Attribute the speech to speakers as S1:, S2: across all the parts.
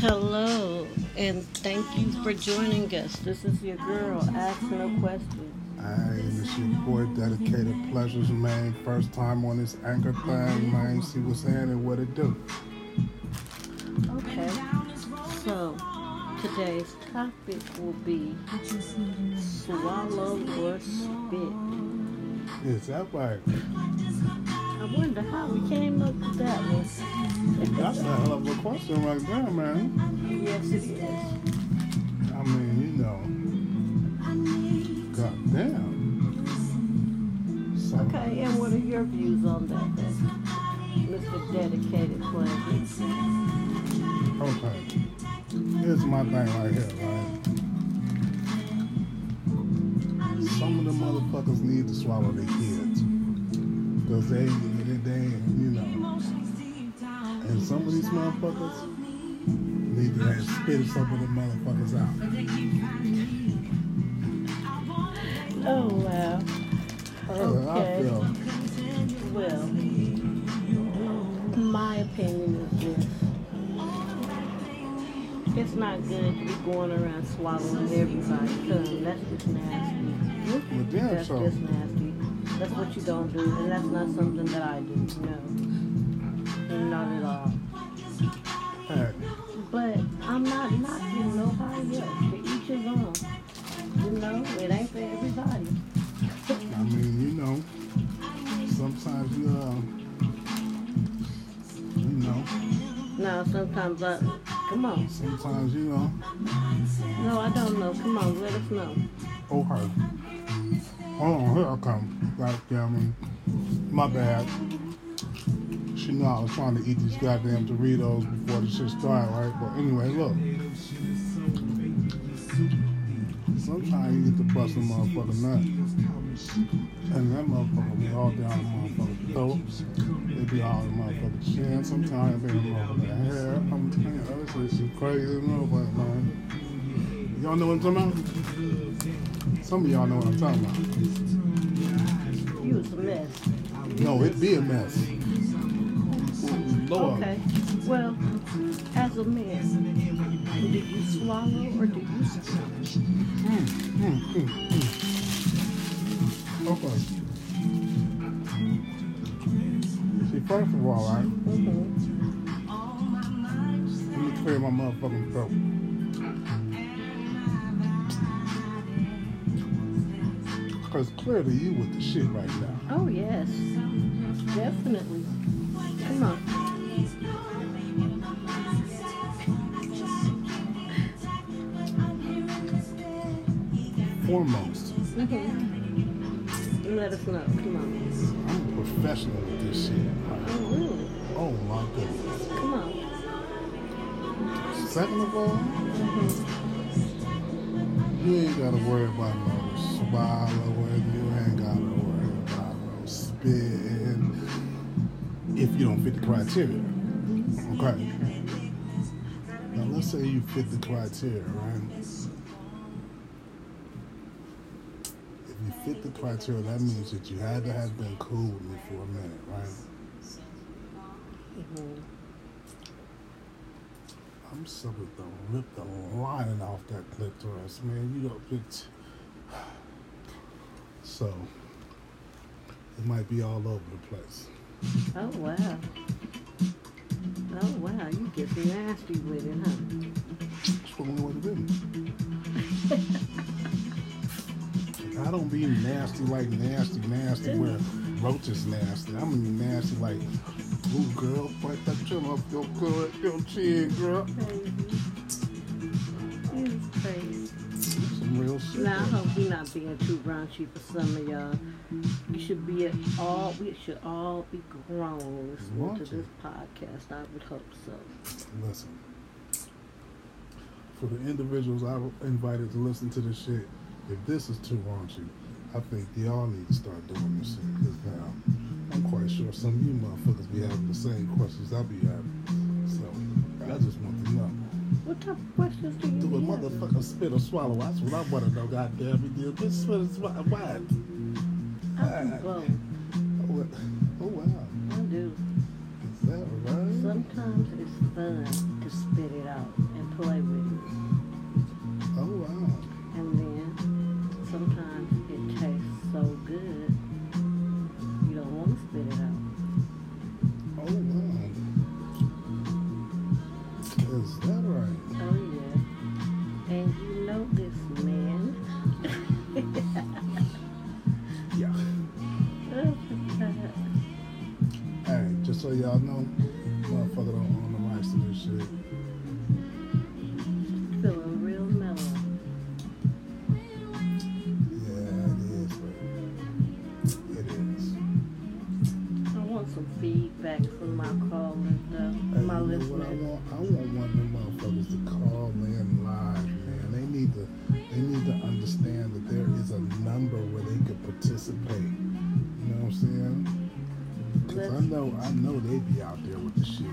S1: Hello, and thank you for joining us. This is your girl. Ask no questions.
S2: Hey, and it's your boy Dedicated Pleasures, man. First time on this anchor thing, man. See what's happening, what it do.
S1: Okay. So today's topic will be swallow or spit.
S2: Is that right?
S1: I wonder how we came up with that one.
S2: That's a hell of a question right there, man.
S1: Yes, it is.
S2: I mean, you know. God damn. So,
S1: Okay, and what are your views on that, then? Mr. Dedicated Pleasures?
S2: Okay. Here's my thing right here, right? Some of the motherfuckers need to swallow their kids. Because they, they, they, you know. And some of these motherfuckers need to have spit some of the motherfuckers out.
S1: Oh, wow.
S2: That's how Oh, Uh, I
S1: Okay.
S2: feel.
S1: Well, my opinion is this. It's not good to be going around swallowing everybody because that's just nasty.
S2: Well, damn,
S1: That's
S2: so.
S1: just nasty. That's what you don't do, and that's not something that I do. No, not at all.
S2: Heck,
S1: But I'm not knocking nobody else. To each his own. You know, it ain't for everybody.
S2: I mean, you know. Sometimes you, uh, you know.
S1: Now sometimes I come on.
S2: Sometimes you, know.
S1: No, I don't know. Come on, let us know.
S2: Oh, her. Hold on, here I come. Like, yeah, I mean, my bad. She knew I was trying to eat these goddamn Doritos before the shit started, right? But anyway, look. Sometimes you get to bust a motherfucker nut. And that motherfucker be all down the motherfucker's throat. It be all in the motherfucker's chin. Sometimes it be in the motherfucker's hair. I'm telling you, this shit is crazy motherfucker, man. Y'all know what I'm talking about? Some of y'all know what I'm talking about.
S1: You was a mess.
S2: No, it be a mess. Lord.
S1: Oh, Okay. Well, as a man, do you swallow or do you spit?
S2: Mm, mm, mm, mm. Okay. See, first of all, right,
S1: Mm-hmm.
S2: let me clear my motherfucking throat. Because clearly you with the shit right now.
S1: Oh yes, definitely. Come on.
S2: Foremost,
S1: Mm-hmm. Let us know. Come on.
S2: I'm a professional with this shit. right?
S1: Oh really?
S2: Oh my goodness.
S1: Come on.
S2: Second of all,
S1: Mm-hmm.
S2: Mm-hmm. You ain't gotta worry about no swallowing. You ain't gotta worry about no spitting if you don't fit the criteria. Okay. Now let's say you fit the criteria, right? If you fit the criteria, that means that you had to have been cool with me for a minute, right?
S1: Mm-hmm.
S2: I'm sorry to rip the lining off that clitoris, man. You don't get. So, it might be all over the place.
S1: Oh wow. Oh wow, you get nasty with it, huh?
S2: That's the only way to do it. I don't be nasty like nasty, nasty where roaches nasty. I'm gonna be nasty like, ooh girl, fight that chin off your good, your chin, girl.
S1: Crazy. You crazy.
S2: Some real shit.
S1: Now I hope we're not being too raunchy for some of y'all. We should be at all. We should all be grown listening to
S2: Raunchy.
S1: this podcast. I would hope so.
S2: Listen. For the individuals I invited to listen to this shit, if this is too raunchy, I think y'all need to start doing this shit. Because now, I'm quite sure some of you motherfuckers be having the same questions I be having. So, I just want to know.
S1: What type of questions do you
S2: Do a
S1: have?
S2: motherfucker spit or swallow? That's what I want to know, goddamn it. Did a bitch spit or swallow? Why?
S1: I do both.
S2: Oh, wow.
S1: I do.
S2: Is that right?
S1: Some sometimes it's fun to spit it out and play with it.
S2: Oh wow.
S1: And then sometimes it tastes so good you don't want to spit it out.
S2: Oh wow. Is that right?
S1: Oh yeah. And you know this man.
S2: Yeah. Hey, just so y'all know, motherfucker don't own the rights to this shit.
S1: Feeling real mellow.
S2: Yeah, it is. But it is.
S1: I want some feedback from my callers though,
S2: Hey,
S1: my
S2: you know what I
S1: listeners.
S2: want? I want one of them motherfuckers to call in live, man. They need to, they need to understand that there is a number where they could participate. You know what I'm saying? Cause I
S1: Let's-
S2: know, I know they be out there with the shit.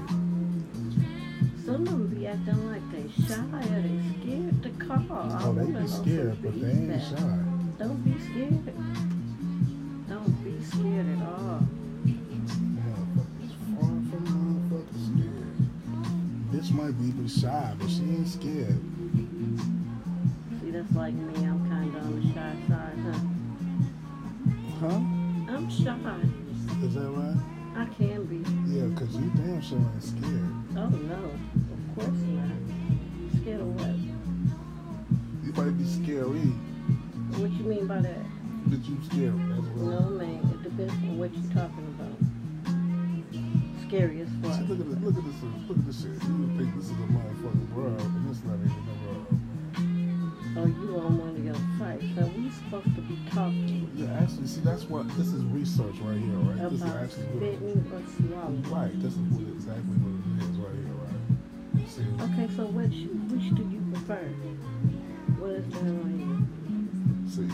S1: Some of them be acting like Oh, they shy or they scared to call. I
S2: Oh, they
S1: wanna know
S2: be
S1: some
S2: scared, but they ain't
S1: feedback.
S2: shy.
S1: Don't be scared. Don't be scared at all.
S2: Motherfuckers far from motherfuckers scared. Bitch might be the shy, but she ain't scared.
S1: See, that's like me. I'm kind of on the shy side, huh?
S2: Huh?
S1: I'm shy.
S2: Is that right?
S1: I can be.
S2: Yeah, cause you damn sure ain't scared.
S1: Oh no, of course not. Scared of what?
S2: You might be scary,
S1: What you mean by that?
S2: but you scared. That's what
S1: No
S2: I'm-
S1: man, it depends on what you're talking about. Scary as
S2: See,
S1: fuck.
S2: look at this, look at this, look at this shit. You would think this is a motherfucking world, and it's not even a world.
S1: Oh, you on one of your sites? Now we supposed to be talking
S2: Yeah, actually, see, that's what this is research right here, right? this is
S1: about
S2: actually what,
S1: spitting or swallowing.
S2: right. This is what exactly what it is right here, right? See,
S1: Okay, so which which do you prefer? What is down
S2: see.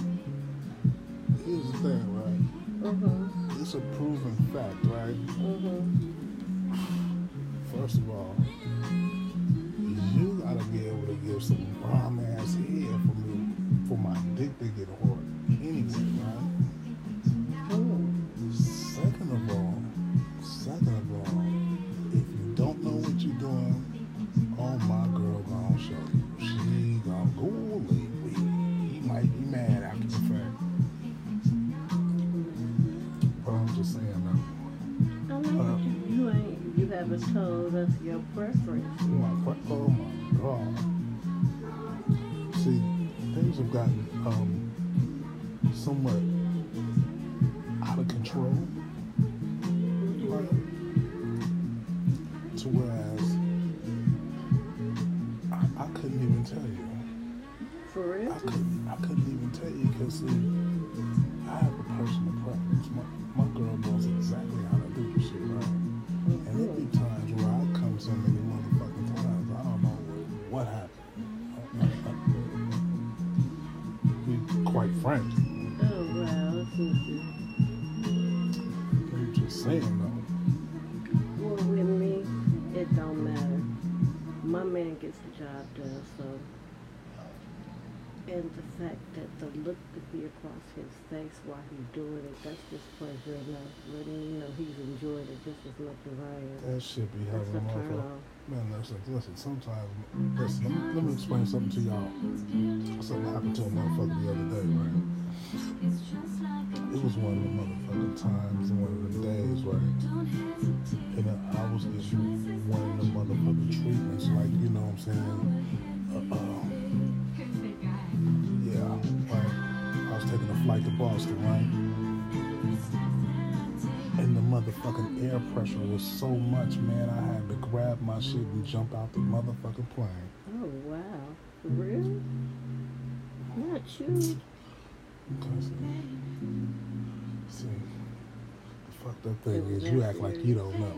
S2: Here's the thing, right?
S1: on you? Mm-hmm.
S2: It's a proven fact, right?
S1: Mm-hmm.
S2: First of all, you gotta be able to give some bomb ass head for me for my dick to get hard. Anyway, right?
S1: Ooh.
S2: Second of all, second of all, if you don't know what you're doing, oh my girl gonna show you. She gonna go late with you. He might be mad after the fact. But I'm just saying though.
S1: I
S2: Uh-huh.
S1: know that you, you ain't you haven't told us your preference.
S2: My, fu- oh my God. See, things have gotten um, somewhat out of control. Right?
S1: Mm-hmm.
S2: To whereas I, I couldn't even tell you.
S1: For
S2: I
S1: real?
S2: couldn't, I couldn't even tell you because, see, I have a personal preference. My, my girl knows exactly how to do this shit, right? And there
S1: Mm-hmm.
S2: be times where I come so many motherfucking times, I don't know what happened. Be quite frank,
S1: Oh wow, this is
S2: I'm just saying though.
S1: well with me, it don't matter. My man gets the job done, so and the fact that the look could be across his face while he's doing it, that's just pleasure enough. Letting you know he's enjoyed it just as much as I am.
S2: That should be
S1: That's a
S2: having a
S1: turn
S2: motherfucker.
S1: off.
S2: Man, listen, listen, sometimes, listen, let me, let me explain something to y'all. Something happened to a motherfucker the other day, right? It was one of the motherfucking times and one of the days, right? And I- I was just one of the motherfucking treatments, like, you know what I'm saying? Uh, um, Yeah, right. I was taking a flight to Boston, right? And the motherfucking air pressure was so much, man. I had to grab my shit and jump out the motherfucking plane.
S1: Oh wow. Really? Not you.
S2: Cause, see, the fucked up thing is you act like you don't know.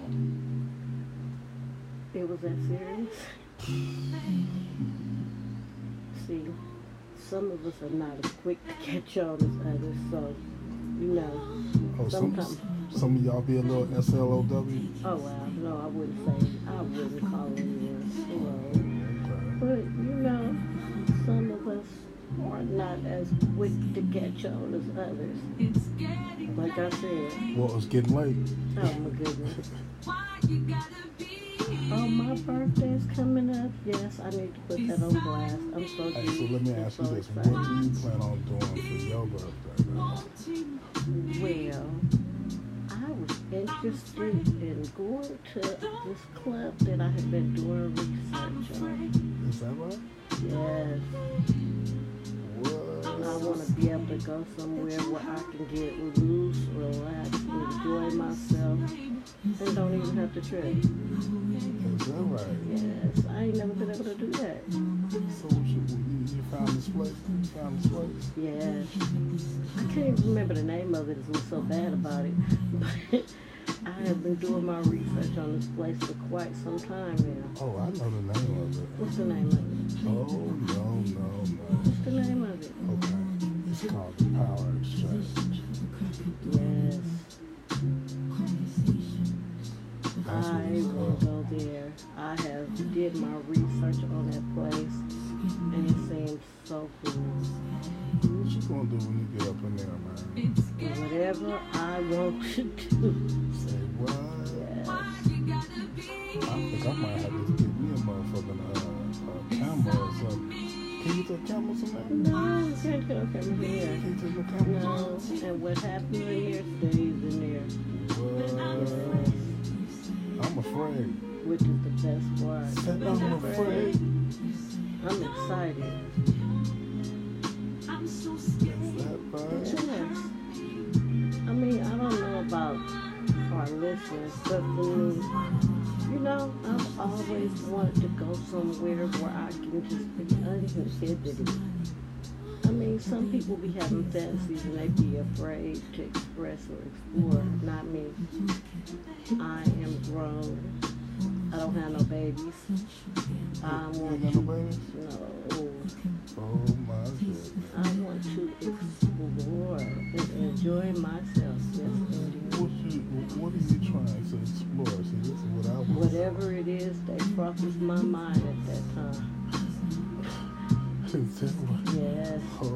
S1: It was that serious. See, some of us are not as quick to catch on as others, so you know.
S2: Oh, some some of y'all be a little SLOW.
S1: Oh well, no, I wouldn't say I wouldn't call anyone slow,
S2: Okay.
S1: but you know, some of us are not as quick to catch on as others. Like I said,
S2: Well, it's getting late.
S1: oh my goodness, Oh,
S3: Why you gotta be
S2: Oh,
S1: my birthday's coming up. Yes, I need to put that on blast. I'm so
S2: Hey, so
S1: deep.
S2: let me
S1: I'm
S2: ask
S1: so
S2: you this: What
S1: excited.
S2: do you plan on doing for your birthday? Now?
S1: Well, I was interested in going to this club that I had been doing research on.
S2: Is that right?
S1: Yes, I
S2: What?
S1: want to be able to go somewhere where I can get loose, relax, enjoy myself, and don't even have to trip.
S2: Is that right?
S1: Yes, I ain't never been able to do that.
S2: So what you, you, you found this place? You found this place?
S1: Yes, I can't even remember the name of it. It was so bad about it, but I have been doing my research on this place for quite some time now.
S2: Oh, I know the name of it.
S1: What's the name of it?
S2: Oh no no
S1: What's the name of it?
S2: no. Okay, it's called the Power Exchange.
S1: Yes,
S2: That's
S1: I
S2: what it's
S1: will
S2: called.
S1: go there. I have did my research on that place, and it seems so cool.
S2: What you gonna do when you get up in there, man?
S1: Whatever I want to do,
S2: Say what?
S1: yes,
S2: I think I might have to get me a motherfucking uh, uh, camera or something. Can you take cameras in there?
S1: no, you can't come from here.
S2: Can you take your cameras in there?
S1: No, and what happened in here stays in there.
S2: What? I'm afraid.
S1: which is the best part.
S2: Said I'm afraid.
S1: I'm excited.
S2: Is that right?
S1: Yes. I mean, I don't know about our listeners, but for me, you know, I've always wanted to go somewhere where I can just be uninhibited. I mean, some people be having fantasies and they be afraid to express or explore. Not me. I am grown. I don't have no babies. I
S2: You
S1: want
S2: ain't got no babies?
S1: no.
S2: Oh my goodness.
S1: I want to explore and enjoy myself. Yes, indeed.
S2: What you what are you trying to explore? See this is what I was
S1: Whatever it is that crosses my mind at that time.
S2: Is that right?
S1: Yes.
S2: Oh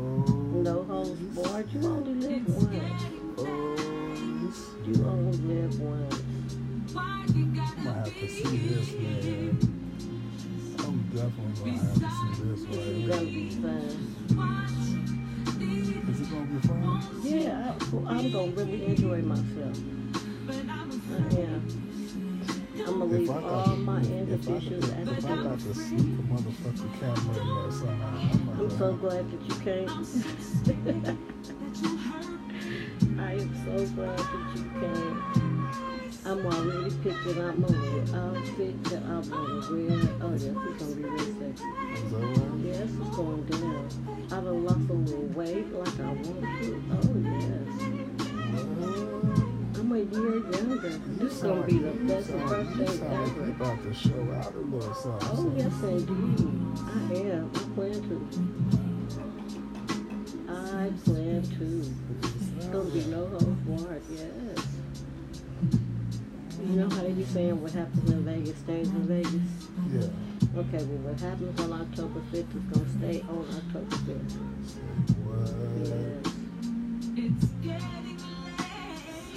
S1: No holds barred. You only live once.
S2: Oh this-
S1: You only live once.
S2: I'm gonna have to see this man. I'm definitely gonna have to see this
S1: It's gonna be
S2: right
S1: fun.
S2: here. Is it gonna be fun?
S1: Yeah, I, well, I'm gonna really enjoy myself. I am. I'm gonna leave
S2: If I
S1: all my
S2: got if I
S1: inhibitions at
S2: if
S1: the
S2: I
S1: door.
S2: got to sneak a motherfucking camera in there somehow, I'm
S1: I'm
S2: gonna
S1: so glad that you came. I am so glad that you came. I'm already picking out my little outfit that I'm gonna wear. Oh yes, it's gonna be real sexy.
S2: Is that right?
S1: Yes, it's going down. I done lost a little weight like I want to. Oh yes. I'm a year younger. This is gonna be the best birthday ever.
S2: about to show out a little something.
S1: Oh yes indeed. I am. I plan to. I plan to.
S2: It's
S1: Don't be no holds barred, yes. You know how they be saying what happens in Vegas stays in Vegas?
S2: Yeah.
S1: Okay, well what happens on October fifth is gonna stay on October fifth.
S2: What?
S1: Yes.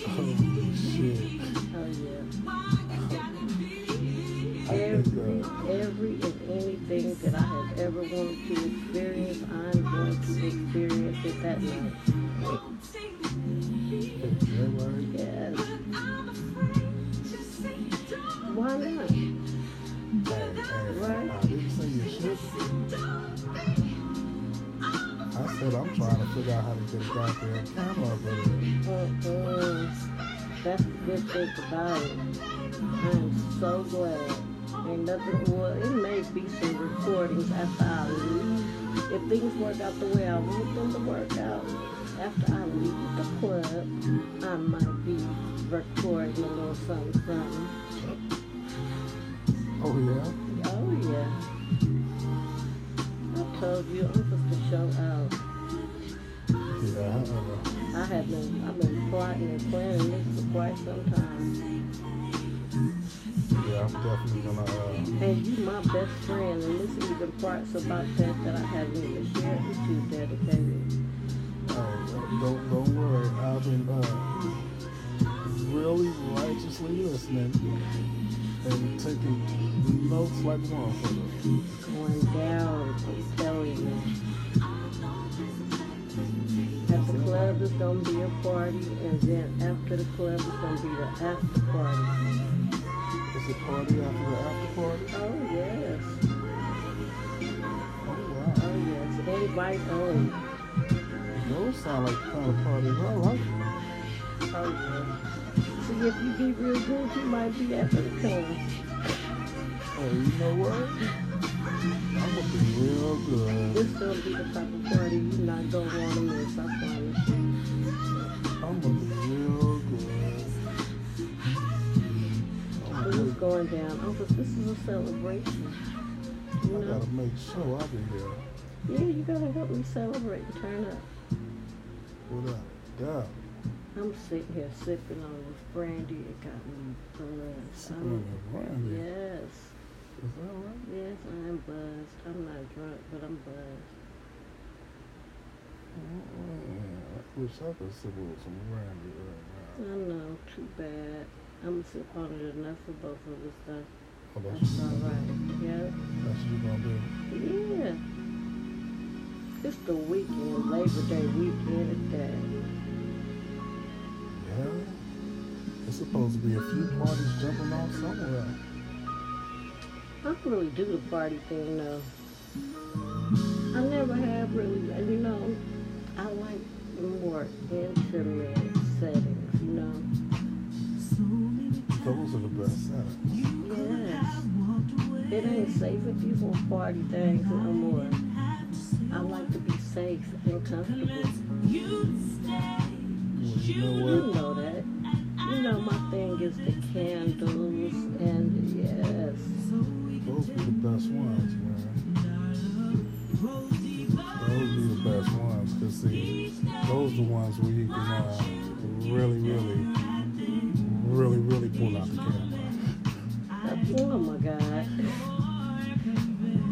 S2: Holy shit.
S1: Oh yeah.
S2: I think,
S1: Every
S2: uh,
S1: every and anything that I have ever wanted to experience, I'm going to experience it that night.
S2: is that right?
S1: Yes. Why not?
S2: Hey, hey,
S1: Right.
S2: I didn't say your shit. I said I'm trying to figure out how to get a goddamn camera up in there.
S1: Mm-mm. That's the good thing about it. I'm so glad. Ain't nothing, well, it may be some recordings after I leave. If things work out the way I want them to work out, after I leave the club, I might be recording a little something, something.
S2: Oh yeah?
S1: Oh, yeah. I told you, I'm supposed to show out.
S2: Yeah, I don't know.
S1: I have been, I've been plotting and planning this for quite some time.
S2: Yeah, I'm definitely gonna uh
S1: And you my best friend, and this even parts about that that I haven't even shared with you dedicated.
S2: Hey, don't don't worry. I've been uh, really righteously listening and taking notes like a motherfucker.
S1: going down. I'm telling you. At the club, it's gonna be a party, and then after the club, it's gonna be the after party.
S2: It's a party after the after party.
S1: Oh yes,
S2: Oh wow.
S1: oh yes. Invite only.
S2: Those sound like the kind of parties I like.
S1: Oh yeah. See, if you be real good, you might be after the club.
S2: Hey, you know what? I'm gonna be real
S1: This
S2: good.
S1: gonna be the type of party you're not gonna want to miss. I promise. you.
S2: I'm gonna be real good. I'm
S1: It was
S2: gonna
S1: going down. I was. This is a celebration. You
S2: make- I
S1: know.
S2: gotta make sure I be here.
S1: Yeah, you gotta help me celebrate and turn up.
S2: What up? Yeah.
S1: I'm sitting here sipping on this brandy. It got me buzzed.
S2: Sipping
S1: I'm-
S2: on that brandy.
S1: Yes,
S2: Is that right?
S1: yes, I'm buzzed. I'm not drunk, but I'm buzzed.
S2: Mm-mm. I wish I could sip on some brandy right
S1: I know, too bad. I'm gonna sip on it enough for both of us, though.
S2: now. Oh,
S1: That's
S2: that's,
S1: all right. Yeah,
S2: that's what you gonna do.
S1: yeah. It's the weekend, Labor Day weekend at that.
S2: Yeah. It's supposed to be a few parties jumping off somewhere.
S1: I don't really do the party thing though. I never have really, and you know, I like more intimate settings, you know.
S2: Those are the best settings.
S1: Yes. It ain't safe if you want party things no more. I like to be safe and comfortable.
S2: Well, you know what?
S1: You know that. You know my thing is the candles and yes.
S2: Those be the best ones, man. Those be the best ones, cause see, those the ones where you can uh, really, really, really, really pull out the camera.
S1: Oh my God.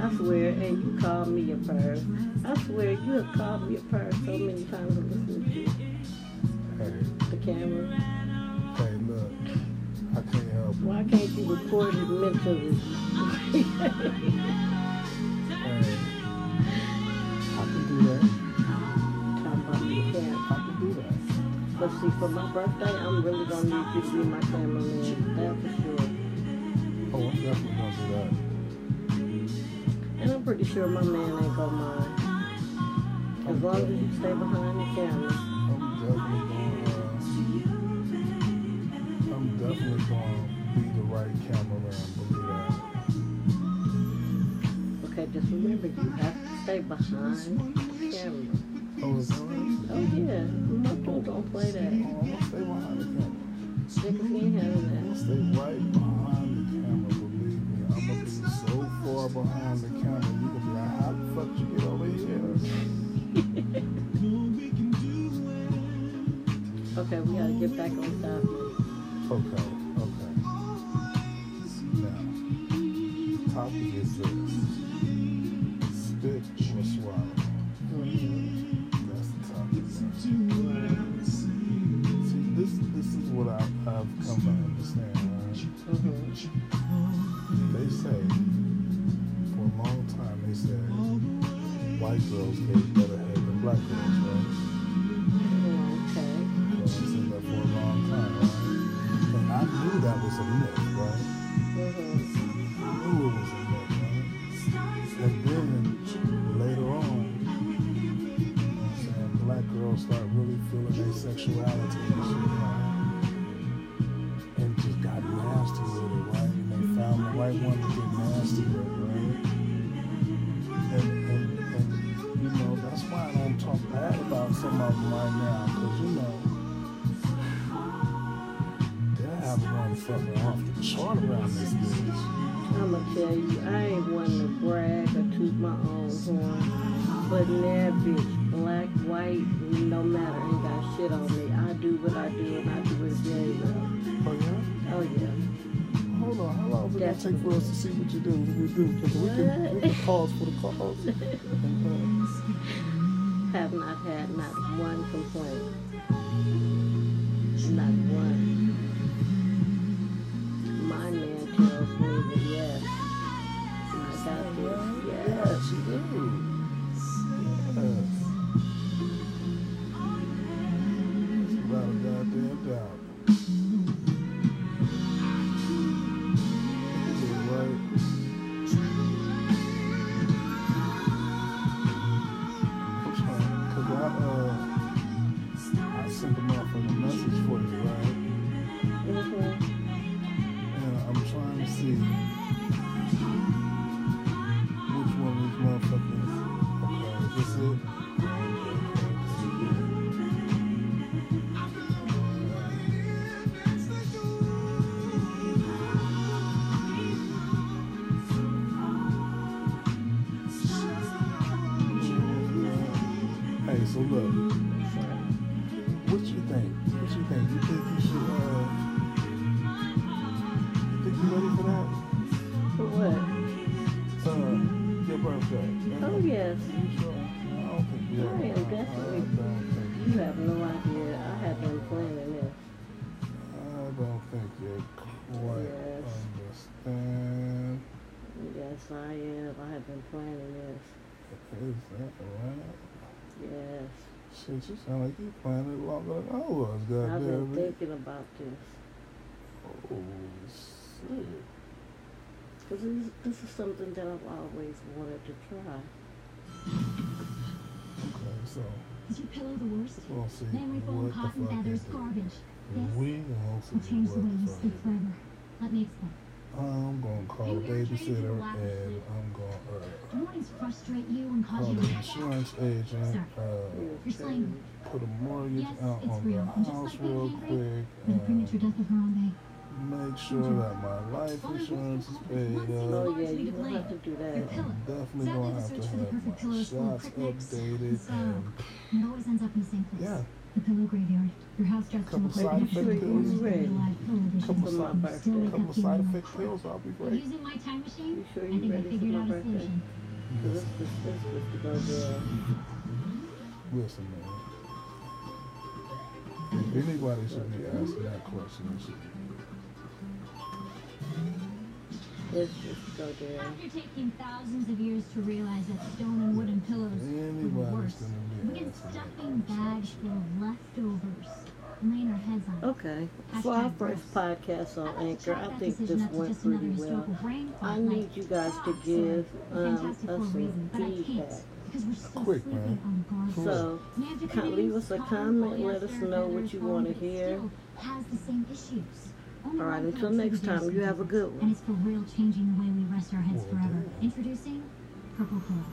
S1: I swear, and you called me a perv. I swear, you have called me a perv so many times I'm listening to
S2: Hey,
S1: the camera.
S2: hey, look, I can't help it.
S1: Why can't you record it mentally?
S2: Hey, I can do that.
S1: Talking about the
S2: I
S1: camera.
S2: can do that.
S1: But see, for my birthday, I'm really gonna need you to be my cameraman. That's for sure.
S2: Oh, I'm definitely gonna do that.
S1: And I'm pretty sure my man ain't gonna mind. As long as you stay behind the camera.
S2: I'm definitely gonna. Uh, I'm definitely gonna be the right cameraman. Believe that.
S1: Okay, just remember, you have to stay behind the camera.
S2: Oh, is that right?
S1: Oh yeah, my people don't play that.
S2: Oh, I'm gonna stay behind the camera.
S1: Niggas ain't
S2: I'm
S1: having
S2: gonna stay right behind the camera, believe me. I'm gonna be so far behind the camera, you gonna be like, how the fuck you get over here?
S1: that. Okay, we gotta get back on topic.
S2: Okay, okay. Now, topic is this. Spit or swallow? That's the topic. See, this, this is what I, I've come to understand, right?
S1: Mhm.
S2: They say, for a long time, they said white girls gave better head than black girls, right?
S1: Okay.
S2: So they said that for a long time, right? And I knew that was a myth, right?
S1: Mhm.
S2: I knew it was a myth, right? And then later on, you know what I'm saying, black girls start really feeling their sexuality and shit, right? And just got nasty with it, right? And they found the right one to get nasty with, right? and, and, and you know that's why I don't talk bad about some of them right now because you know they have one fucking off the chart around this bitch. Oh,
S1: I'ma tell you, I ain't one to brag or toot my own horn, but in that bitch, black, white, no matter, ain't got shit on me. I do what I do and I do it very well.
S2: Oh yeah,
S1: Oh yeah.
S2: hold on, how long is it gonna take for us to see what you do? What we do? Because we can we can pause for the calls. And, uh,
S1: Have not had not one complaint. Not one. My man tells Mm-hmm.
S2: look, what you think? What you think? You think you should, uh, you think you ready for that?
S1: For what?
S2: Uh, your birthday.
S1: Oh, yes.
S2: You sure? I don't think you
S1: I am
S2: ready.
S1: definitely-
S2: I don't think
S1: You have no idea. I have been planning this.
S2: I don't think you quite
S1: Yes.
S2: understand.
S1: Yes, I am. I have been planning this.
S2: Is that right?
S1: Yes.
S2: Shit, you sound like you planned it longer than I was,
S1: I've been
S2: goddamn it.
S1: thinking about this.
S2: Oh, shit.
S1: Because this, this is something that I've always wanted to try.
S2: Okay, so
S3: Is your pillow the worst?
S2: we'll see
S3: Memory foam,
S2: what
S3: cotton
S2: the fuck
S3: feathers,
S2: is
S3: garbage. This
S2: We gonna
S3: will
S2: see
S3: change the way you
S2: what the
S3: speak
S2: fuck.
S3: forever. Let me explain.
S2: I'm gonna call the babysitter and I'm gonna uh,
S3: Mornings frustrate you and cause
S2: call
S3: you
S2: the
S3: to
S2: insurance agent,
S1: You're
S2: uh,
S3: You're slaying
S2: put a mortgage
S3: Yes,
S2: out
S3: it's
S2: on the
S3: real. Just
S2: house
S3: like
S2: real
S3: that,
S2: quick.
S3: when
S2: and
S3: premature death is the wrong
S2: Make sure that my life insurance is paid up.
S1: Oh, yeah, you don't have to do
S3: way. Your
S1: that.
S3: pillow.
S2: I'm definitely gonna have to have my shots updated
S3: uh,
S2: and
S3: It always ends up in the same place.
S2: yeah,
S3: The pillow graveyard. Your house dressed in
S2: Couple
S3: the
S2: side
S3: light.
S2: effect pills. Couple
S1: side-
S3: Still
S1: a
S3: wake
S2: couple
S3: up
S2: side effect
S3: feeling like crap.
S2: pills, I'll be great.
S3: Using my time machine,
S1: You sure
S3: I
S1: you
S3: think I
S1: ready for
S3: figured
S1: my
S3: out a
S1: birthday?
S3: solution.
S1: Because this was supposed to go good.
S2: Listen, man. If anybody should be asking that question, it should be
S1: It's just go down.
S3: After taking thousands of years to realize that stone and wooden pillows were the
S2: anybody's
S3: worst,
S2: gonna
S3: we
S2: be
S3: get
S2: asking.
S3: stuffing bags full of leftovers and laying our heads on. it.
S1: Okay. For our first podcast
S3: I'd
S1: on Oh,
S3: like to
S1: Anchor,
S3: chalk
S1: I
S3: that
S1: think
S3: decision
S1: this
S3: up to
S1: went
S3: just another
S1: pretty well.
S3: historical brain fart,
S1: I
S3: like,
S1: need you guys to
S3: "Fuck,
S1: give
S3: sorry,
S1: um,
S3: fantastic for
S1: us
S3: a reason,
S1: some
S3: but I
S1: feedback.
S3: can't because we're still
S2: Quick,
S3: sleeping
S2: man.
S3: on guard.
S2: Cool.
S1: So,
S3: Magic
S1: Con- leave us a
S3: committees, cotton,
S1: comment, let us
S3: polyester,
S1: know
S3: feather,
S1: what you
S3: foam,
S1: wanna
S3: but it
S1: hear.
S3: still Has the same issues. Only
S1: all right,
S3: one
S1: until
S3: company
S1: next
S3: does
S1: time, you have a
S3: something.
S1: good one.
S3: And it's for real changing the way we rest our heads
S2: Well,
S3: forever.
S2: damn.
S3: Introducing Purple Pillow.